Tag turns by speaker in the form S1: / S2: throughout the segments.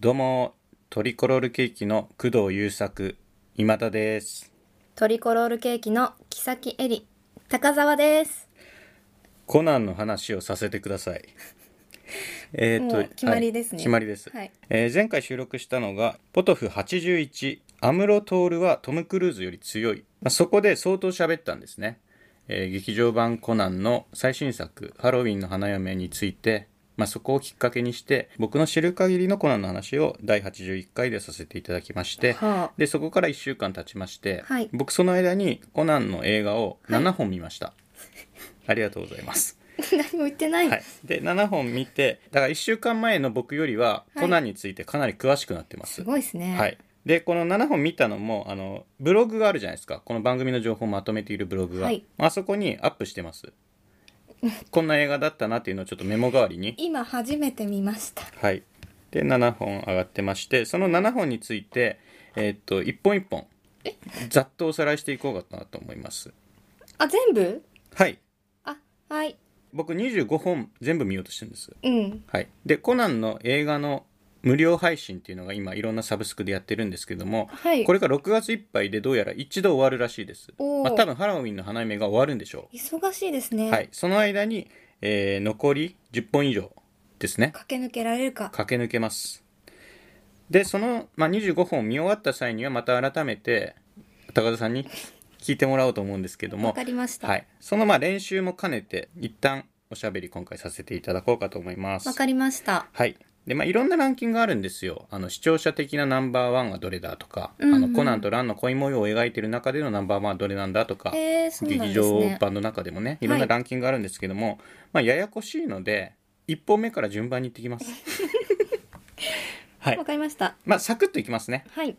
S1: どうも、トリコロールケーキの工藤優作、今田です。
S2: トリコロールケーキの木崎えり高澤です
S1: コナンの話をさせてください。 えー
S2: もう決まりです
S1: は
S2: ね
S1: い決まりです。
S2: はい
S1: えー前回収録したのが、ポトフ81、アムロトールはトム・クルーズより強い。まあ、そこで相当喋ったんですね。えー劇場版コナンの最新作、ハロウィンの花嫁について、まあ、そこをきっかけにして、僕の知る限りのコナンの話を第81回でさせていただきまして、
S2: は
S1: でそこから1週間経ちまして、
S2: はい
S1: 僕その間にコナンの映画を7本見ま した、ありがとうございます、
S2: あ、何も言ってない、
S1: はい、で7本見てだから1週間前の僕よりは
S2: はい
S1: コナンについてかなり詳しくなってます、
S2: す
S1: はい
S2: ごいですね
S1: でこの7本見たのもあのブログがあるじゃないですかこの番組の情報をまとめているブログが、
S2: はい
S1: あそこにアップしてますこんな映画だったなっていうのをちょっとメモ代わりに
S2: 今初めて見ました
S1: はい。で、7本上がってまして、その7本について、えーっと、1本1本、ざっとおさらいしていこうかなと思います。
S2: あ全部
S1: はい。
S2: あはい
S1: 僕25本全部見ようとしてるんです。
S2: うん
S1: はい。で、コナンの映画の無料配信っていうのが今いろんなサブスクでやってるんですけども、
S2: はい
S1: これが6月いっぱいでどうやら一度終わるらしいです。
S2: おー
S1: まあ、多分ハロウィンの花嫁が終わるんでしょ
S2: 忙しいです
S1: う。
S2: ね、
S1: はい。その間に、えー残り10本以上ですね。
S2: 駆け抜けられるか
S1: 駆け抜けますでその、まあ、25本見終わった際にはまた改めて高田さんに聞いてもらおうと思うんですけど
S2: わ
S1: も
S2: か、りましたわ、
S1: はい、そのまあ練習も兼ねて一旦おしゃべり今回させていただこうかと思います
S2: かりました
S1: はいでまあ、いろんなランキングがあるんですよあの視聴者的なナンバーワンはどれだとか、
S2: うんうん
S1: あのコナンとランの恋模様を描いてる中でのナンバーワンはどれなんだとか、
S2: えー、そうなん
S1: 劇
S2: です
S1: 場
S2: ね
S1: 版の中でもねいろんなランキングがあるんですけども、まあ、ややこしいので1本目から順番にいってき ますはい
S2: わかりました
S1: まあサクッといきますね、
S2: はい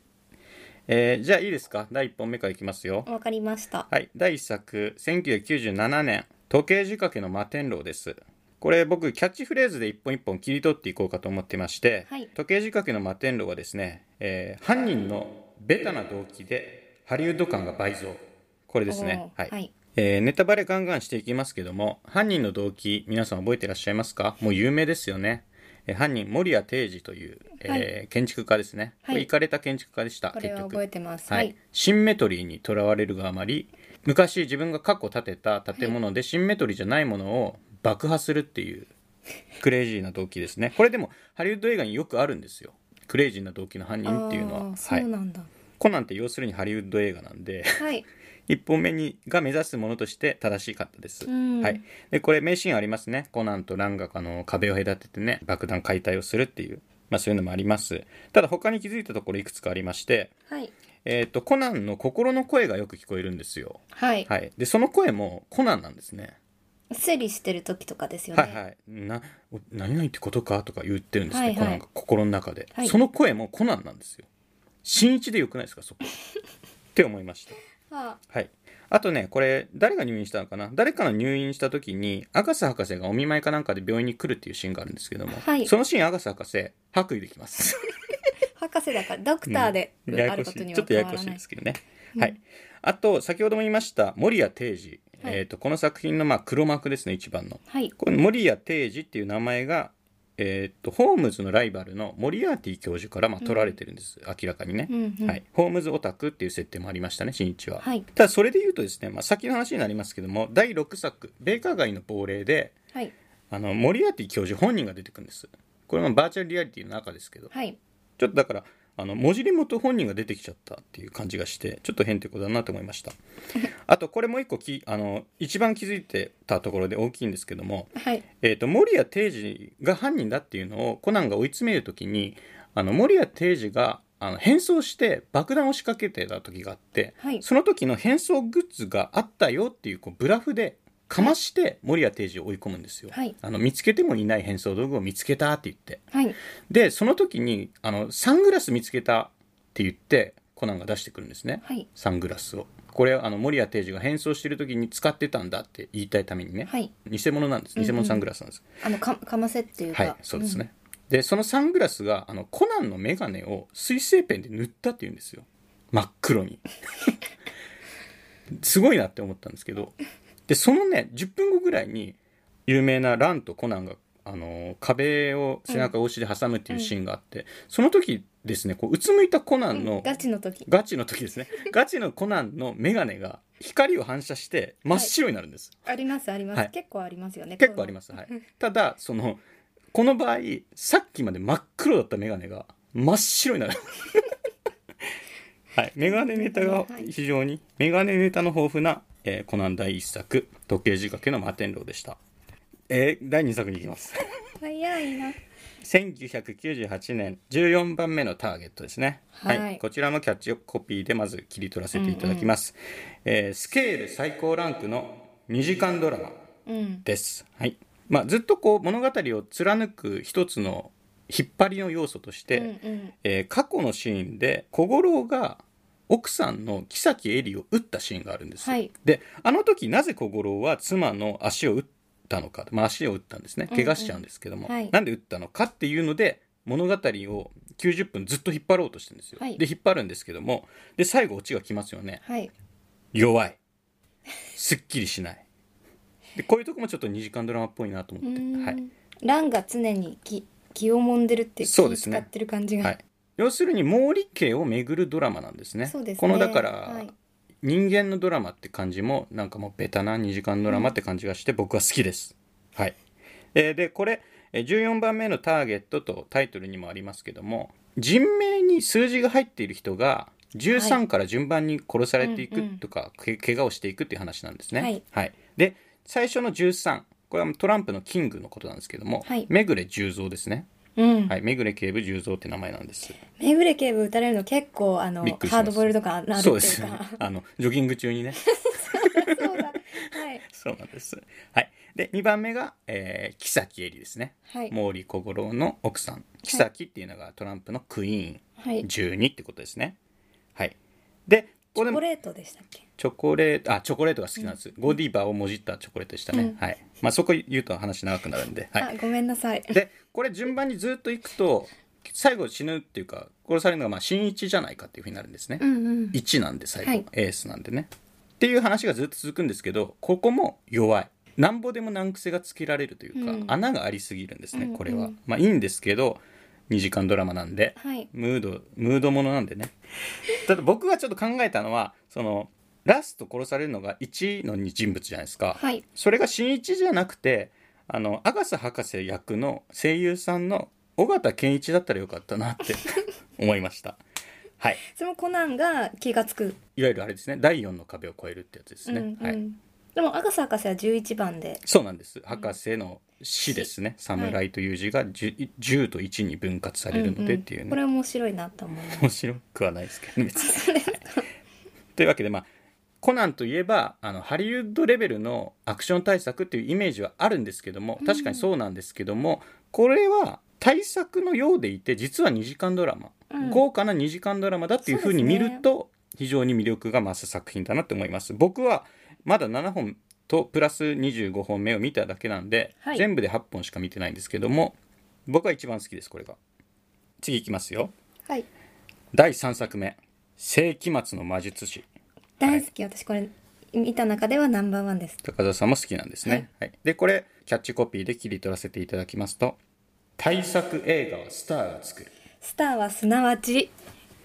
S1: えーじゃあいいですか第1本目からいきますよ
S2: わかりました
S1: はい第1作1997年時計仕掛けの摩天楼ですこれ僕キャッチフレーズで一本一本切り取っていこうかと思ってまして、
S2: はい
S1: 時計仕掛けの摩天楼はですね、えー犯人のベタな動機でハリウッド感が倍増これですね
S2: おーはい
S1: えーネタバレガンガンしていきますけども犯人の動機皆さん覚えてらっしゃいますかもう有名ですよね、えー犯人守谷定治という、えー建築家ですね、
S2: は
S1: こ
S2: い
S1: れ行かれた建築家でした
S2: これは
S1: 結局
S2: 覚えてます
S1: はい、シンメトリーにとらわれるがあまり昔自分が過去建てた建物でシンメトリーじゃないものを爆破するっていうクレイジーな動機ですねこれでもハリウッド映画によくあるんですよクレイジーな動機の犯人っていうのは
S2: あー
S1: は
S2: そう
S1: い、
S2: なんだ
S1: コナンって要するにハリウッド映画なんで
S2: はい
S1: 一本目にが目指すものとして正しかったです、
S2: うん
S1: はい、でこれ名シーンありますねコナンとランがあの壁を隔ててね爆弾解体をするっていう、まあ、そういうのもありますただ他に気づいたところいくつかありまして
S2: はい
S1: えー、とコナンの心の声がよく聞こえるんですよ、
S2: はい、
S1: はい、でその声もコナンなんですね
S2: 整理してる時とかですよね
S1: はいはいなお何々ってことかとか言ってるんですね、
S2: はいはい
S1: コナンが心の中で、
S2: はい
S1: その声もコナンなんですよ新一でよくないですかそこって思いました
S2: あ
S1: はいあとねこれ誰が入院したのかな誰かの入院した時にアガサ博士がお見舞いかなんかで病院に来るっていうシーンがあるんですけども、
S2: はい
S1: そのシーンアガサ博士白衣できます
S2: 博士だからドクターで
S1: うんや
S2: あ
S1: やこ
S2: る
S1: し
S2: ことに
S1: いちょ
S2: は
S1: っと
S2: 変
S1: や
S2: わ
S1: やこし
S2: ら
S1: い
S2: な
S1: で
S2: い
S1: すけどね、はいあと先ほども言いました守谷定治、
S2: はい
S1: えー、とこの作品のまあ黒幕ですね一番の
S2: はい
S1: この守谷定治っていう名前が、えー、とホームズのライバルのモリアーティ教授からまあ取られてるんです、明らかにね、
S2: うんうん
S1: はい、ホームズオタクっていう設定もありましたね新一は、
S2: はい
S1: ただそれで言うとですね、まあ、先の話になりますけども第6作「ベーカー街の亡霊で」
S2: はい
S1: あのモリアーティ教授本人が出てくるんですこれもバーチャルリアリティの中ですけど
S2: はい
S1: ちょっとだからあの文字り元本人が出てきちゃったっていう感じがしてちょっと変ってことだなと思いま したあとこれもう一個きあの一番気づいてたところで大きいんですけども、
S2: はい
S1: えー、と守谷定治が犯人だっていうのをコナンが追い詰める時にあの守谷定治があの変装して爆弾を仕掛けてた時があって、
S2: はい
S1: その時の変装グッズがあったよっていうこうブラフでかまして守谷定治を追い込むんですよ、
S2: はい
S1: あの見つけてもいない変装道具を見つけたって言って
S2: はい
S1: でその時にあのサングラス見つけたって言ってコナンが出してくるんですね、
S2: はい
S1: サングラスをこれあの守谷定治が変装してる時に使ってたんだって言いたいためにね、
S2: はい
S1: 偽物なんです
S2: うんうん
S1: 偽物サングラスなんです、
S2: あのかかませっていうか
S1: はいそうですね、でそのサングラスがあのコナンの眼鏡を水性ペンで塗ったっていうんですよ真っ黒に すごいなって思ったんですけどでそのね10分後ぐらいに有名なランとコナンがあの壁を背中越しで挟むっていうシーンがあって、その時ですねこううつむいたコナンの、
S2: ガチの時
S1: ガチの時ですねガチのコナンの眼鏡が光を反射して真っ白になるんです、
S2: ありますあります、
S1: はい
S2: 結構ありますよね
S1: 結構あります、はい、ただそのこの場合さっきまで真っ黒だった眼鏡が真っ白になる はい眼鏡ネタが非常に眼鏡ネタの豊富な、えーコナン第1作「時計仕掛けの摩天楼」でしたえー第2作に行きます
S2: この早いな
S1: 1998年14番目のターゲットですね、
S2: は
S1: はいいこちらもキャッチコピーでまず切り取らせていただきます、えースケール最高ランクの2時間ドラマ
S2: うん
S1: です、はいまあ、ずっとこう物語を貫く一つの引っ張りの要素として、
S2: うんうん
S1: えー過去のシーンで小五郎が奥さんの木崎絵里を撃ったシーンがあるんですよ、
S2: はい
S1: であの時なぜ小五郎は妻の足を撃ったのか、まあ、足を撃ったんですね
S2: うん
S1: 怪我しちゃうんですけども、
S2: はい
S1: なんで撃ったのかっていうので物語を90分ずっと引っ張ろうとしてるんですよ、
S2: はい
S1: で引っ張るんですけどもで最後オチが来ますよね
S2: はい
S1: 弱いすっきりしないでこういうとこもちょっと2時間ドラマっぽいなと思
S2: う
S1: って、
S2: ん、
S1: はい、
S2: ランが常に気気をもんでるっていう
S1: そうです
S2: 気
S1: ね
S2: 使ってる感じが、
S1: はい要するに毛利家を巡るドラマなんですね。
S2: そうですね
S1: このだから、
S2: はい
S1: 人間のドラマって感じもなんかもうベタな2時間ドラマって感じがして僕は好きです。はい、えーでこれえー14番目のターゲットとタイトルにもありますけども人名に数字が入っている人が
S2: は
S1: 13から順番に殺されてい
S2: うんうん
S1: くとか、け怪我をしていくっていう話なんですね。
S2: はい
S1: で最初の13これはトランプのキングのことなんですけども、
S2: はい
S1: めぐれ十三ですね。
S2: うん、
S1: はい、めぐれ警部十三って名前なんです。
S2: めぐれ警部打たれるの結構あの
S1: びっくりします
S2: ハードボイルド感あるっていうか
S1: そうですねあのジョギング中にね
S2: そうだはい
S1: そうなんですはいで2番目が、えー、木崎絵里ですね、
S2: はい
S1: 毛利小五郎の奥さん木崎っていうのがトランプのクイーン
S2: はいチ
S1: 12ってことですねはいでこれ
S2: ョコ
S1: も
S2: レートでしたっけ
S1: チョコレートあチョコレートが好きなんです、ゴディバをもじったチョコレートでしたね、
S2: うん
S1: はいまあそこ言うと話長くなるんではい
S2: あごめんなさい
S1: でこれ順番にずっと行くと最後死ぬっていうか殺されるのがまあ新一じゃないかっていうふうになるんですね、
S2: うんうん
S1: 1なんで最後、
S2: はい
S1: エースなんでねっていう話がずっと続くんですけどここも弱いなんぼでも難癖がつけられるというか、
S2: うん
S1: 穴がありすぎるんですね
S2: うん
S1: これは、
S2: うん
S1: まあいいんですけど2時間ドラマなんで
S2: はい
S1: ムードムードものなんでねただ僕がちょっと考えたのはそのラスト殺されるのが1の人物じゃないですか、
S2: はい
S1: それが新一じゃなくてあのアガサ博士役の声優さんの尾形健一だったらよかったなって 思いましたはい
S2: そのコナンが気がつく、
S1: いわゆるあれですね第4の壁を越えるってやつです
S2: うんう
S1: ね、
S2: ん
S1: はい、
S2: でも赤瀬博士は11番で
S1: そうなんです博士の死ですね「侍」という字が 10, 10と1に分割されるのでっていうね、
S2: んんこれ面白いなと思います
S1: 面白くはないですけどね別に。 はいというわけでまあコナンといえばあのハリウッドレベルのアクション対策っていうイメージはあるんですけども
S2: うん
S1: 確かにそうなんですけども、これは対策のようでいて実は2時間ドラマ、
S2: うん
S1: 豪華な2時間ドラマだっていうふうに見ると、非常に魅力が増す作品だなって思います。僕はまだ7本とプラス25本目を見ただけなんで、
S2: はい
S1: 全部で8本しか見てないんですけども僕は一番好きですこれが。次いきますよ。
S2: はい
S1: 第3作目「世紀末の魔術師
S2: 大好き、私これ見た中ではナンバーワンです」
S1: 高田さんも好きなんですね、はいでこれキャッチコピーで切り取らせていただきますと「大作映画はスターが作る
S2: スターはすなわち」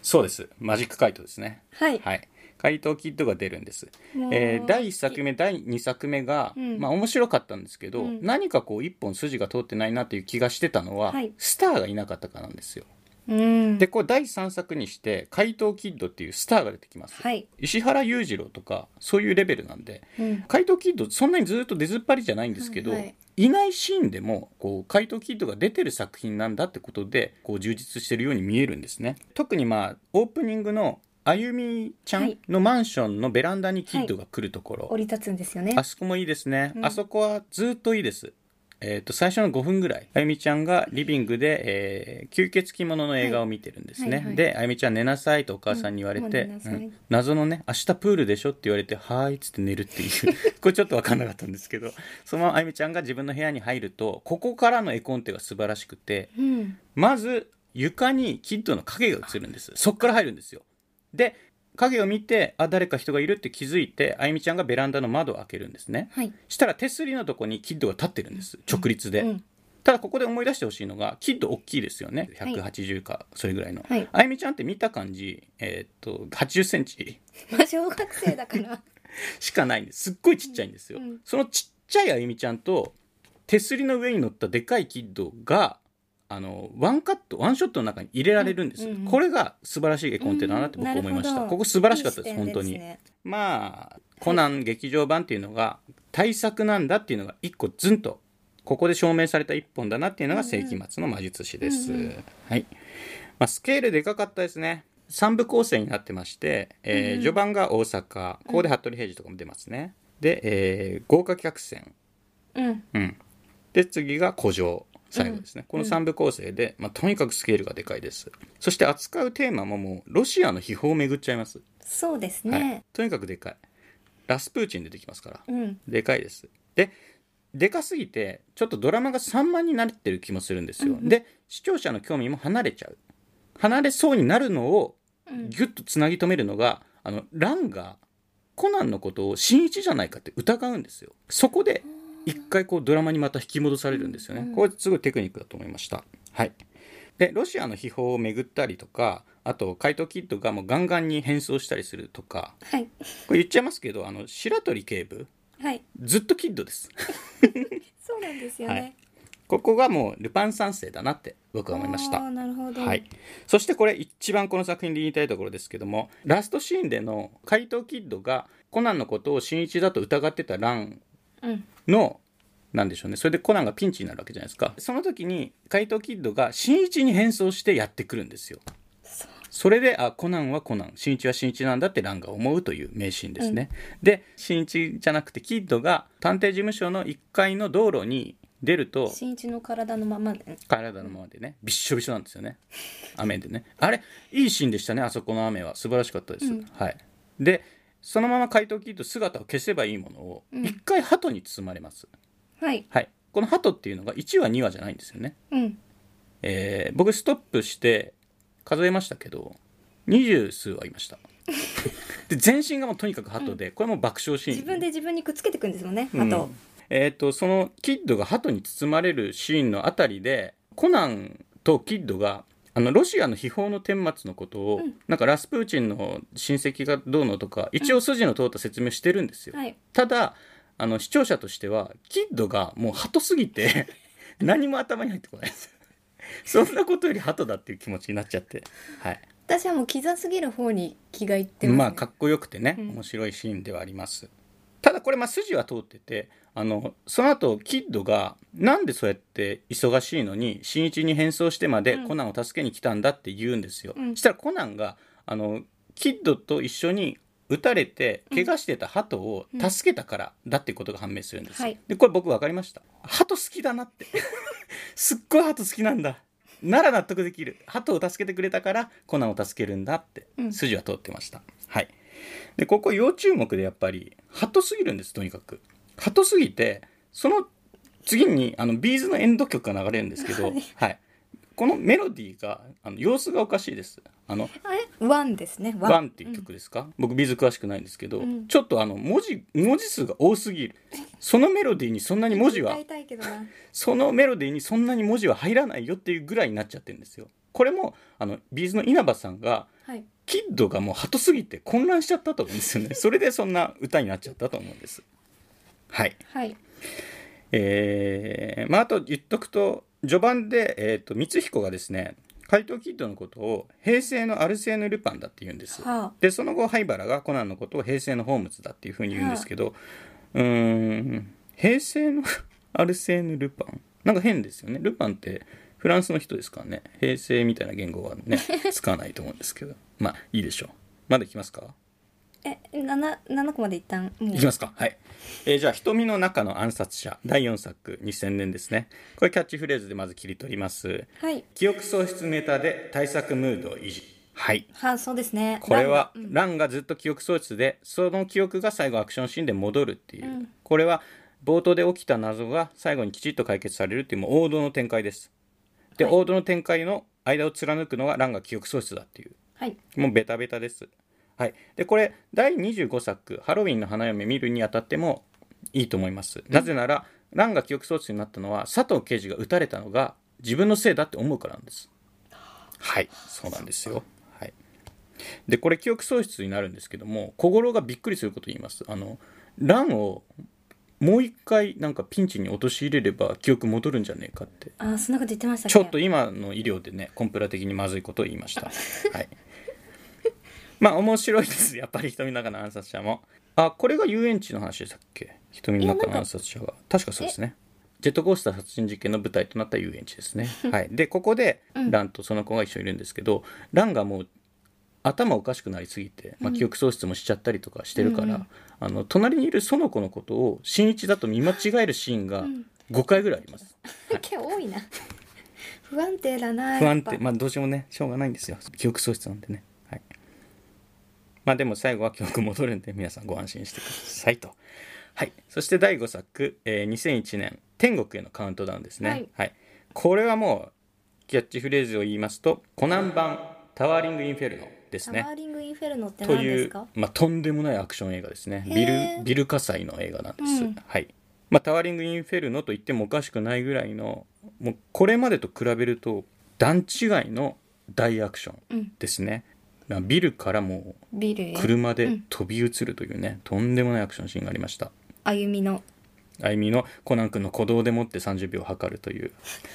S1: そうですマジックカイトですね
S2: はい
S1: はい怪盗キッドが出るんです
S2: もう、
S1: えー第1作目第2作目が、
S2: うん
S1: まあ面白かったんですけど、
S2: うん
S1: 何かこう一本筋が通ってないなという気がしてたのは、
S2: はい
S1: スターがいなかったからなんですよ
S2: うん
S1: でこれ第3作にして怪盗キッドっていうスターが出てきます、
S2: はい
S1: 石原裕次郎とかそういうレベルなんで
S2: うん
S1: 怪盗キッドそんなにずっと出ずっぱりじゃないんですけど、
S2: はい
S1: い
S2: はい
S1: ないシーンでもこう怪盗キッドが出てる作品なんだってことでこう充実してるように見えるんですね特にまあオープニングのあゆみちゃ
S2: は
S1: ん
S2: い
S1: のマンションのベランダにキッドが来るところ、
S2: 降り立つんですよね
S1: あそこもいいですね、
S2: うん
S1: あそこはずっといいですえー、と最初の5分ぐらいあゆみちゃんがリビングで、えー吸血鬼ものの映画を見てるんですね、
S2: はいはいはい
S1: であゆみちゃん寝なさいとお母さんに言われて、
S2: うんもう寝なさい
S1: うん謎のね「明日プールでしょ?」って言われて「はーい」っつって寝るっていう これちょっと分かんなかったんですけどそのままあゆみちゃんが自分の部屋に入るとここからの絵コンテが素晴らしくて
S2: うん
S1: まず床にキッドの影が映るんですそっから入るんですよで影を見てあ誰か人がいるって気づいてあゆみちゃんがベランダの窓を開けるんですね
S2: はい
S1: したら手すりのとこにキッドが立ってるんです直立で、
S2: うん
S1: ただここで思い出してほしいのがキッド大きいですよね
S2: はい
S1: 180かそれぐらいの、
S2: はい
S1: あゆみちゃんって見た感じ、えーっと8 0ンチ
S2: まあ小学生だ から。
S1: しかないんですすっごいちっちゃいんですよ、
S2: うん
S1: そのちっちゃいあゆみちゃんと手すりの上に乗ったでかいキッドがあのワンカットワンショットの中に入れられるんですよ、
S2: うんうん
S1: これが素晴らしい絵コンテだなって僕
S2: うんなる
S1: 思
S2: ほ
S1: い
S2: ど
S1: ました、ここ素晴らしかったです
S2: いい視
S1: 本
S2: 点
S1: 当に、
S2: ね
S1: まあコナン劇場版っていうのが対策なんだっていうのが一個ずんとここで証明された一本だなっていうのが世紀末の魔術師です。
S2: うんう
S1: はいまあ、スケールでかかったですね3部構成になってまして、えー
S2: うん
S1: 序盤が大阪ここで服部平次とかも出ますね。で、えー豪華客船、
S2: うん。
S1: うん、で次が古城最後ですね、この3部構成で、まあ、とにかくスケールがでかいですそして扱うテーマももうロシアの秘宝を巡っちゃいます
S2: そうです
S1: はい
S2: ね。、
S1: とにかくでかいラスプーチン出てきますから
S2: うん。
S1: でかいですででかすぎてちょっとドラマが散漫になってる気もするんですよ、
S2: うんうん
S1: で視聴者の興味も離れちゃう離れそうになるのを
S2: うん
S1: ギュッとつなぎ止めるのが、あのランがコナンのことを新一じゃないかって疑うんですよそこで一回こうドラマにまた引き戻されるんですよね、
S2: うん
S1: これすごいテクニックだと思いましたはいでロシアの秘宝を巡ったりとかあと怪盗キッドがもうガンガンに変装したりするとか
S2: はい。
S1: これ言っちゃいますけどあの白鳥警部
S2: はい。
S1: ずっとキッドです
S2: そうなんですよ
S1: はい
S2: ね。
S1: ここがもうルパン三世だなって僕は思いまし
S2: あ
S1: た
S2: ー。なるほど。
S1: はい、そしてこれ一番この作品で言いたいところですけどもラストシーンでの怪盗キッドがコナンのことを新一だと疑ってたラン
S2: うん。
S1: のなんでしょうねそれでコナンがピンチになるわけじゃないですかその時に怪盗キッドが新一に変装してやってくるんですよ
S2: そう
S1: それであコナンはコナン新一は新一なんだってランが思うという名シーンですね、で新一じゃなくてキッドが探偵事務所の1階の道路に出ると
S2: 新一の体のままで。
S1: 体のままでねびっしょびしょなんですよね雨でねあれいいシーンでしたねあそこの雨は素晴らしかったです、
S2: うん
S1: はいでそのまま怪盗キッド姿を消せばいいものを
S2: うん
S1: 一回鳩に包まれます、
S2: はい。
S1: はいこの鳩っていうのが1話2話じゃないんですよね、
S2: うん。
S1: えー僕ストップして数えましたけど二十数羽いました で全身がもうとにかく鳩で、これも爆笑シーン
S2: 自分で自分にくっつけていくんですもんね。
S1: うん
S2: あと。
S1: えっ、とそのキッドが鳩に包まれるシーンのあたりでコナンとキッドがあのロシアの秘宝の顛末のことを、
S2: うん
S1: なんかラスプーチンの親戚がどうのとか一応筋の通った説明してるんですよ、
S2: はい。
S1: ただあの視聴者としてはキッドがもう鳩すぎて 何も頭に入ってこないですそんなことより鳩だっていう気持ちになっちゃってはい
S2: 私はもうキザすぎる方に気がいって
S1: まあ
S2: ますね。
S1: かっこよくてね、
S2: うん
S1: 面白いシーンではありますただこれまあ筋は通っててあのその後キッドがなんでそうやって忙しいのに新一に変装してまで
S2: うん
S1: コナンを助けに来たんだって言うんですよ、
S2: うん
S1: したらコナンがあのキッドと一緒に撃たれて怪我してた鳩を助けたからだってことが判明するんですよ、
S2: はい
S1: でこれ僕分かりました鳩好きだなってすっごい鳩好きなんだなら納得できる鳩を助けてくれたからコナンを助けるんだって
S2: うん
S1: 筋は通ってました、はいでここ要注目でやっぱり鳩すぎるんですとにかく鳩すぎてその次にあのビーズのエンド曲が流れるんですけど、はいこのメロディーがあの様子がおかしいですあの
S2: あれワンですね。
S1: 「ワン」っていう曲ですか、僕ビーズ詳しくないんですけど、
S2: うん
S1: ちょっとあの文字文字数が多すぎるそのメロディーにそんなに文字は
S2: 歌いたいけど な。
S1: そのメロディーにそんなに文字は入らないよっていうぐらいになっちゃってるんですよ。これもあのビーズの稲葉さんが
S2: はい。
S1: キッドがもう鳩すぎて混乱しちゃったと思うんですよね。それでそんな歌になっちゃったと思うんです。はい。
S2: はい。
S1: えーまああと言っとくと序盤で、えー、と光彦がですね怪盗キッドのことを平成のアルセーヌ・ルパンだって言うんです。
S2: はあ。
S1: でその後灰原がコナンのことを平成のホームズだっていうふうに言うんですけど、うーん平成の アルセーヌ・ルパンなんか変ですよねルパンってフランスの人ですからね平成みたいな言語は ね使わないと思うんですけどまあいいでしょうまだいきますか
S2: え、七七個まで一旦。もう
S1: いきますかはい、えーじゃあ「瞳の中の暗殺者」第4作2000年ですねこれキャッチフレーズでまず切り取ります
S2: はい。
S1: 記憶喪失ネタで対策ムードを維持はい
S2: はそうですね。
S1: これは
S2: ラン
S1: ランがずっと記憶喪失でその記憶が最後アクションシーンで戻るっていう、
S2: うん
S1: これは冒頭で起きた謎が最後にきちっと解決されるっていうもう王道の展開ですで、
S2: はい
S1: 王道の展開の間を貫くのがランが記憶喪失だっていう
S2: はい。
S1: もうベタベタですはいでこれ第25作「ハロウィンの花嫁」見るにあたってもいいと思います、なぜならランが記憶装置になったのは佐藤刑事が撃たれたのが自分のせいだって思うからなんですはいそうなんですよはいでこれ記憶喪失になるんですけども小五郎がびっくりすることを言いますあのランをもう一回なんかピンチに陥れれば記憶戻るんじゃねえかって
S2: あーそんなこと言ってましたっけ
S1: ちょっと今の医療でねコンプラ的にまずいことを言いましたはいまあ面白いですやっぱり瞳の中の暗殺者もあこれが遊園地の話でしたっけ瞳の中の暗殺者が確かそうですねジェットコースター殺人事件の舞台となった遊園地ですねはいでここでランとその子が一緒にいるんですけど、ランがもう頭おかしくなりすぎて、まあ、記憶喪失もしちゃったりとかしてるから、あの隣にいる園子のことを新一だと見間違えるシーンが5回ぐらいあります、
S2: 今日多いな 不安定だな
S1: 不
S2: やっ
S1: 安
S2: ぱ
S1: 定まあどうしようもねしょうがないんですよ記憶喪失なんでね、はい、まあでも最後は記憶戻るんで皆さんご安心してくださいとはいそして第5作、えー2001年「天国へのカウントダウン」ですね
S2: はい
S1: これはもうキャッチフレーズを言いますと「コナン版タワーリング・インフェルノ」です
S2: タ
S1: ね
S2: ワーリングインフェルノって
S1: と
S2: 何で
S1: い
S2: す
S1: う
S2: か、
S1: まあ、とんでもないアクション映画ですね
S2: へ
S1: ビ
S2: ー
S1: ルビル火災の映画なんです、
S2: うん
S1: はいまあ、タワーリング・インフェルノと言ってもおかしくないぐらいのもうこれまでと比べると段違いの大アクション
S2: うん、
S1: ですね、まあビルからも
S2: ビルへ
S1: う車
S2: う
S1: で
S2: ん
S1: 飛び移るというね、とんでもないアクションシーンがありました
S2: 歩みの
S1: あゆみのコナン君の鼓動でもって30秒測るという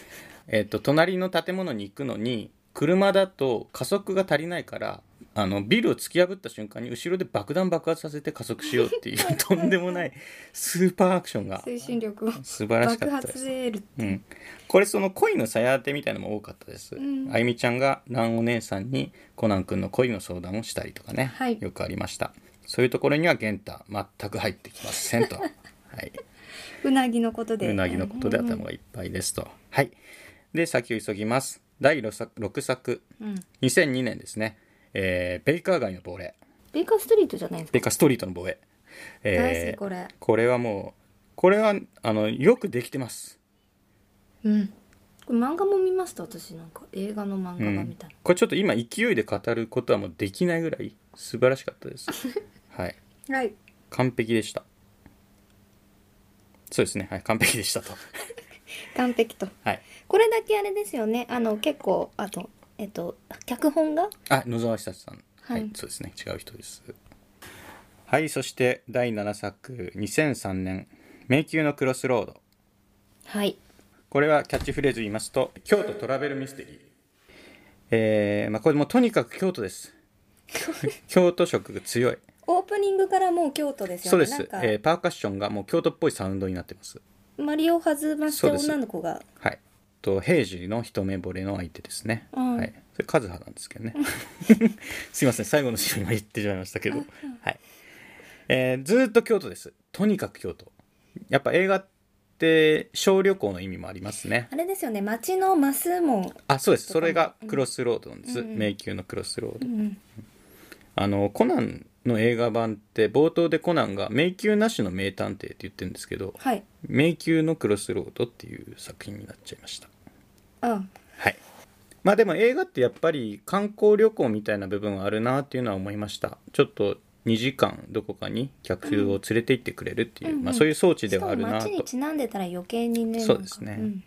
S1: えっと隣の建物に行くのに車だと加速が足りないからあのビルを突き破った瞬間に後ろで爆弾爆発させて加速しようっていう とんでもないスーパーアクションが
S2: 推進力を
S1: 素晴らしか
S2: 爆
S1: ったです
S2: 発エール
S1: うん、これその恋のさや当てみたいなのも多かったです、
S2: ん
S1: あゆみちゃんが蘭お姉さんにコナン君の恋の相談をしたりとかね、
S2: はい
S1: よくありましたそういうところには玄太全く入ってきませんとはいう
S2: なぎのことで
S1: うなぎのことで
S2: うん
S1: 頭がいっぱいですと、はいで先を急ぎます第6作六作
S2: うん
S1: 2002年ですね、えーベイカー街の亡霊
S2: ベイカーストリートじゃないですか
S1: ベイカーストリートの亡霊、
S2: 大好
S1: え
S2: き
S1: ー
S2: これ
S1: これはもうこれはあのよくできてます
S2: うんこれ漫画も見ました私なんか映画の漫
S1: う
S2: 画
S1: ん
S2: が見たいな、
S1: これちょっと今勢いで語ることはもうできないぐらい素晴らしかったです はい
S2: はい
S1: 完璧でしたそうですねはい完璧でしたと
S2: 完璧と
S1: はい
S2: これだけあれですよねあの結構あとえっと脚本が
S1: あ野沢久志さんは
S2: はい
S1: い、そうですね違う人ですはいそして第7作2003年「迷宮のクロスロード
S2: はい」
S1: これはキャッチフレーズ言いますと「京都トラベルミステリー」えーまあ、これもうとにかく京都です 京都色が強い
S2: オープニングからもう京都です
S1: そ
S2: よ
S1: う
S2: ね
S1: で
S2: なん
S1: す、
S2: か、
S1: えーパーカッションがもう京都っぽいサウンドになってます
S2: マリオ弾まして
S1: そうです
S2: 女の子が
S1: はい。と平時の一目惚れの相手ですね。
S2: うん
S1: はい。それカズハなんですけどね。 すいません最後のシーンは言ってしまいましたけど、はい。えーずーっと京都です。とにかく京都。やっぱ映画って小旅行の意味もありますね。
S2: あれですよね町のマスも、
S1: あ、そうです。それがクロスロードなんです。
S2: うんうん
S1: 迷宮のクロスロード。
S2: うん、
S1: あのコナンの映画版って冒頭でコナンが迷宮なしの名探偵って言ってるんですけど、
S2: はい
S1: 迷宮のクロスロードっていう作品になっちゃいました。
S2: あ
S1: はい、まあでも映画ってやっぱり観光旅行みたいな部分はあるなっていうのは思いましたちょっと2時間どこかに客を連れて行ってくれるっていう、
S2: うん
S1: まあ、
S2: うん
S1: そういう装置
S2: し
S1: で
S2: か
S1: はあ
S2: も
S1: るな
S2: 町
S1: と、
S2: にちなんでたら余計にね
S1: そうですね
S2: なんか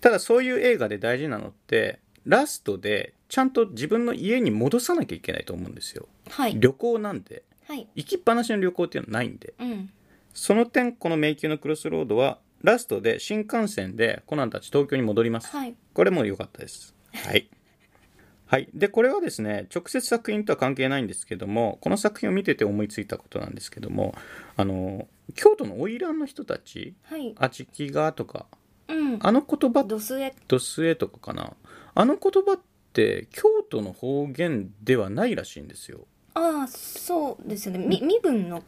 S1: ただそういう映画で大事なのってラストでちゃんと自分の家に戻さなきゃいけないと思うんですよ
S2: うん、はい
S1: 旅行なんで
S2: はい
S1: 行きっぱなしの旅行っていうのはないんで
S2: うん
S1: その点この「迷宮のクロスロード」はラストで新幹線でコナンたち東京に戻ります、
S2: はい
S1: これも良かったです。はい。はい。で、これはですね、直接作品とは関係ないんですけども、この作品を見てて思いついたことなんですけども、あの、京都の花魁の人たち、
S2: はい
S1: あちきがとか、
S2: うん
S1: あの言葉、
S2: ドスエ
S1: ドスエとかかな、あの言葉って京都の方言ではないらしいんですよ。
S2: ああそうですよねみ身分の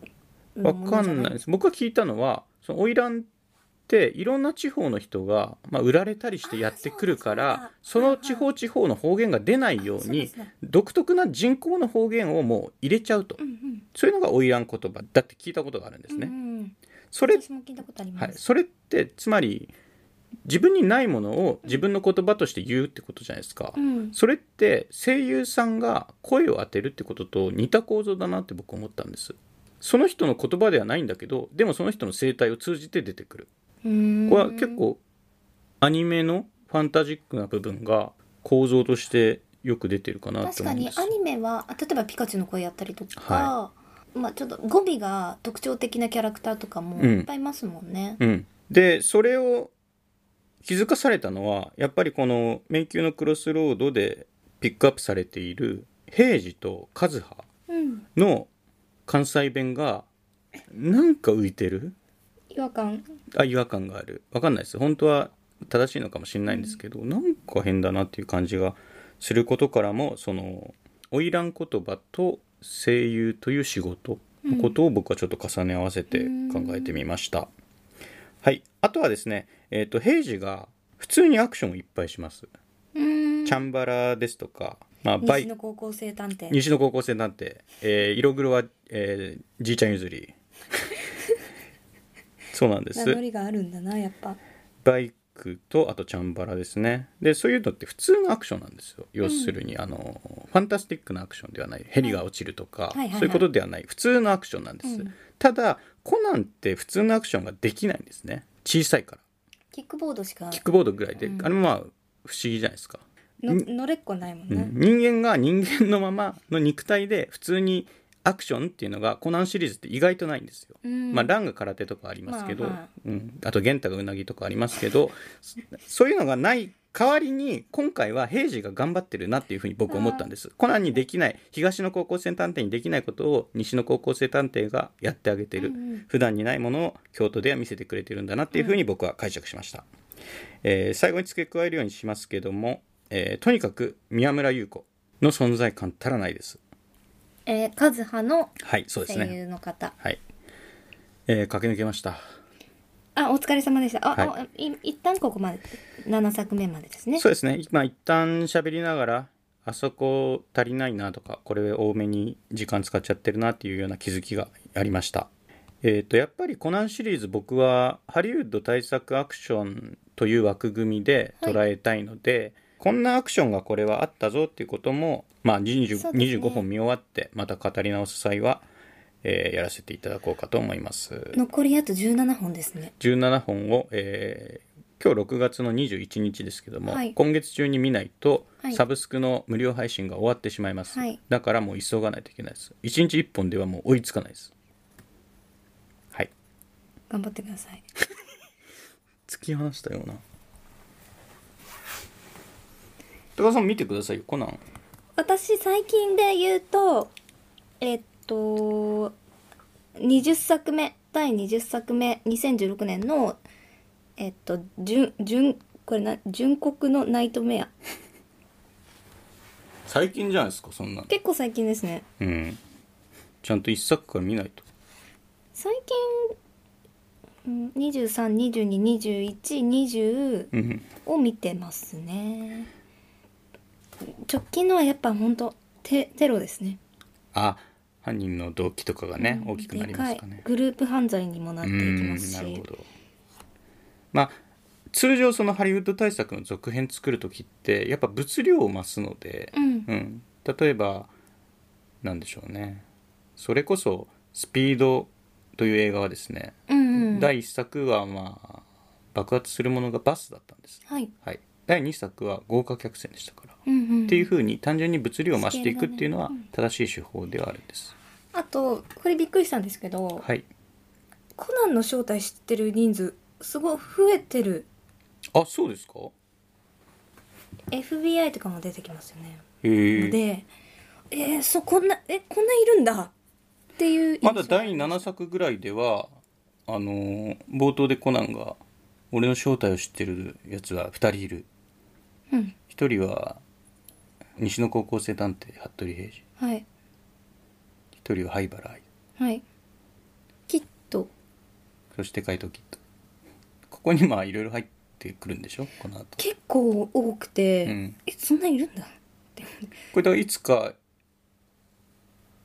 S1: わかんない
S2: い
S1: です。僕が聞いたのは、その花魁っていろんな地方の人が、まあ、売られたりしてやってくるか
S2: あーそうだ
S1: ら、
S2: そ
S1: そう
S2: だ
S1: の地方地方の方言が出ないように、独特な人口の方言をもう入れちゃうと、
S2: うんうん
S1: そういうのが花魁言葉だって聞いたことがあるんですね。
S2: うんうん、
S1: それ、
S2: 私も聞いたことあります、
S1: はい、それってつまり自分にないものを自分の言葉として言うってことじゃないですか。
S2: うん、
S1: それって声優さんが声を当てるってことと似た構造だなって僕思ったんです。その人の言葉ではないんだけど、でもその人の声帯を通じて出てくる。
S2: うーん
S1: これは結構アニメのファンタジックな部分が構造としてよく出てるかなと
S2: 確
S1: 思
S2: か
S1: うん
S2: に
S1: です
S2: アニメはあ例えばピカチュウの声やったりとか、
S1: は
S2: まあちょっと語尾が特徴的なキャラクターとかも
S1: うん
S2: いっぱいいますもんね。
S1: うん、でそれを気づかされたのはやっぱりこの「迷宮のクロスロード」でピックアップされている平治と和葉
S2: うん、
S1: の関西弁がなんか浮いてる
S2: 違和感。
S1: あ違和感があるわかんないです本当は正しいのかもしれないんですけど、なんか変だなっていう感じがすることからもその花魁言葉と声優という仕事のことを僕はちょっと重ね合わせて考えてみました、はいあとはですねえっ、と平次が普通にアクションをいっぱいします、
S2: うーん。
S1: チャンバラですとか、まあ、バ
S2: 西
S1: イ
S2: の高校生探偵。
S1: 西の高校生なんて、えー色黒は、えーじいちゃん譲 りそうなんです
S2: 名乗りがあるんだなやっぱ。
S1: バイクとあとチャンバラですねでそういうのって普通のアクションなんですよ要するに、あのファンタスティックなアクションではないヘリが落ちるとか、
S2: いはいはいはい
S1: そういうことではない普通のアクションなんです、
S2: うん
S1: ただコナンって普通のアクションができないんですね小さいから
S2: キックボードしか
S1: キックボードぐらいで、
S2: うん
S1: あれもまあ不思議じゃないですか、
S2: の乗れっこないもん
S1: う
S2: ね。
S1: ん人間が人間のままの肉体で普通にアクションっていうのがコナンシリーズって意外とないんですよ
S2: うん
S1: まあ、ランが空手とかありますけど、
S2: まあまあ
S1: うん、あと元太がうなぎとかありますけどそそういうのがない代わりに今回は平次が頑張ってるなっていうふうに僕思ったんですコナンにできない東の高校生探偵にできないことを西の高校生探偵がやってあげてる、
S2: うんうん
S1: 普段にないものを京都では見せてくれてるんだなっていうふうに僕は解釈しました、えー最後に付け加えるようにしますけども、えーとにかく宮村優子の存在感足らないです
S2: えー、カズハの
S1: はいそうです
S2: 声
S1: ね
S2: 優の方。
S1: はい、えー駆け抜けました
S2: あお疲れ様でした。あ、
S1: は
S2: あい一旦ここまで7作目までですね。
S1: そうですねまあ一旦喋りながらあそこ足りないなとかこれ多めに時間使っちゃってるなっていうような気づきがありましたえっ、とやっぱりコナンシリーズ僕はハリウッド対策アクションという枠組みで捉えたいので、こんなアクションがこれはあったぞっていうことも、まあ、20
S2: そうですね
S1: 25本見終わってまた語り直す際は、えーやらせていただこうかと思います。
S2: 残りあと17本ですね。
S1: 17本を、えー今日6月の21日ですけども、
S2: はい
S1: 今月中に見ないと、
S2: はい
S1: サブスクの無料配信が終わってしまいます、
S2: はい
S1: だからもう急がないといけないです1日1本ではもう追いつかないですはい
S2: 頑張ってください。
S1: 突き放したような高田さん見てくださいよコナン
S2: 私最近で言うとえっと20作目第20作目2016年のえっと純純これな純国のナイトメア
S1: 最近じゃないですかそんなの
S2: 結構最近ですね
S1: うんちゃんと1作から見ないと
S2: 最近23222120
S1: うん
S2: を見てますね直近のはやっぱほんとテテロですね
S1: あ犯人の動機とかがね、大きくなりますか
S2: で
S1: ね
S2: いグループ犯罪にもなっていきますし
S1: うーんなるほどまあ通常そのハリウッド対策の続編作る時ってやっぱ物量を増すので、
S2: うん
S1: うん例えばなんでしょうねそれこそ「スピード」という映画はですね、
S2: うんうん、
S1: 第1作はまあ爆発するものがバスだったんです、
S2: はい、
S1: はい、第2作は豪華客船でしたから、
S2: うんうん、
S1: っていうふうに単純に物量を増していくっていうのは正しい手法ではあるんです、
S2: あとこれびっくりしたんですけど、
S1: はい
S2: コナンの正体知ってる人数すごい増えてる
S1: あそうですか
S2: FBI とかも出てきますよね、
S1: へえ
S2: のでえー、そうこんなえこんないるんだっていう印象
S1: まだ第7作ぐらいではあのー冒頭でコナンが「俺の正体を知ってるやつは2人いる
S2: うん」
S1: 1人は西の高校生探偵服部平次
S2: はい
S1: 1人は灰原哀
S2: はいきっと
S1: そして怪盗キッドここにまあいろいろ入ってくるんでしょこの後
S2: 結構多くて、
S1: うん
S2: えそんないるんだって
S1: これだからいつか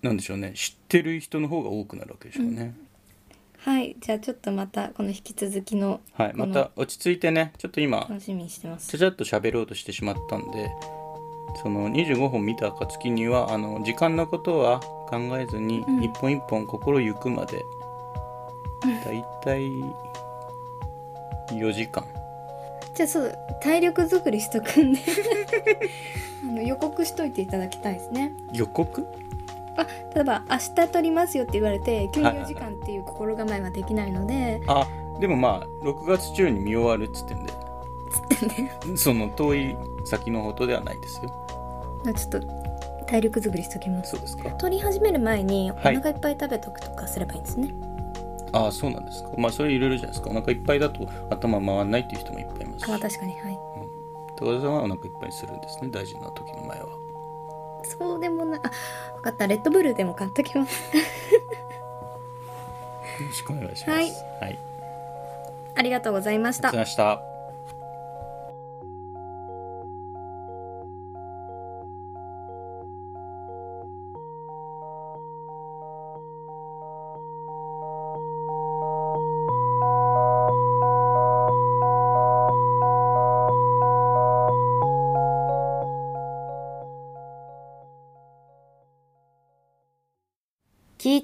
S1: なんでしょうね知ってる人の方が多くなるわけでしょうね、
S2: はいじゃあちょっとまたこの引き続きの
S1: はい
S2: こ
S1: ま
S2: の
S1: た落ち着いてねちょっと今
S2: 楽しみにしてます
S1: ちゃちゃっと喋ろうとしてしまったんでその25本見た暁にはあの時間のことは考えずに
S2: うん
S1: 一本一本心ゆくまで、だいたい4時間
S2: じゃあそう体力作りしとくんで あの予告しといていただきたいですね
S1: 予告
S2: あ例えば明日撮りますよって言われて休
S1: はいはいは
S2: 業
S1: い
S2: 時間っていう心構えはできないので
S1: あでもまあ6月中に見終わるっつってんで
S2: つってね
S1: その遠い先のことではないですよ
S2: ちょっと体力作りしときます
S1: そうですか
S2: 撮り始める前にお
S1: はい
S2: 腹いっぱい食べとくとかすればいいんですね、
S1: ああそうなんですかまあそれいろいろじゃないですかお腹いっぱいだと頭回んないっていう人もいっぱいいますし
S2: あ確かにはい
S1: 高田さんはお腹いっぱいするんですね大事な時の前は
S2: そうでもないあ分かったレッドブルでも買っときます
S1: よろしくお願いします
S2: はい
S1: はい、
S2: ありがとうございまし
S1: ありがとうございま
S2: た
S1: した
S2: 聞い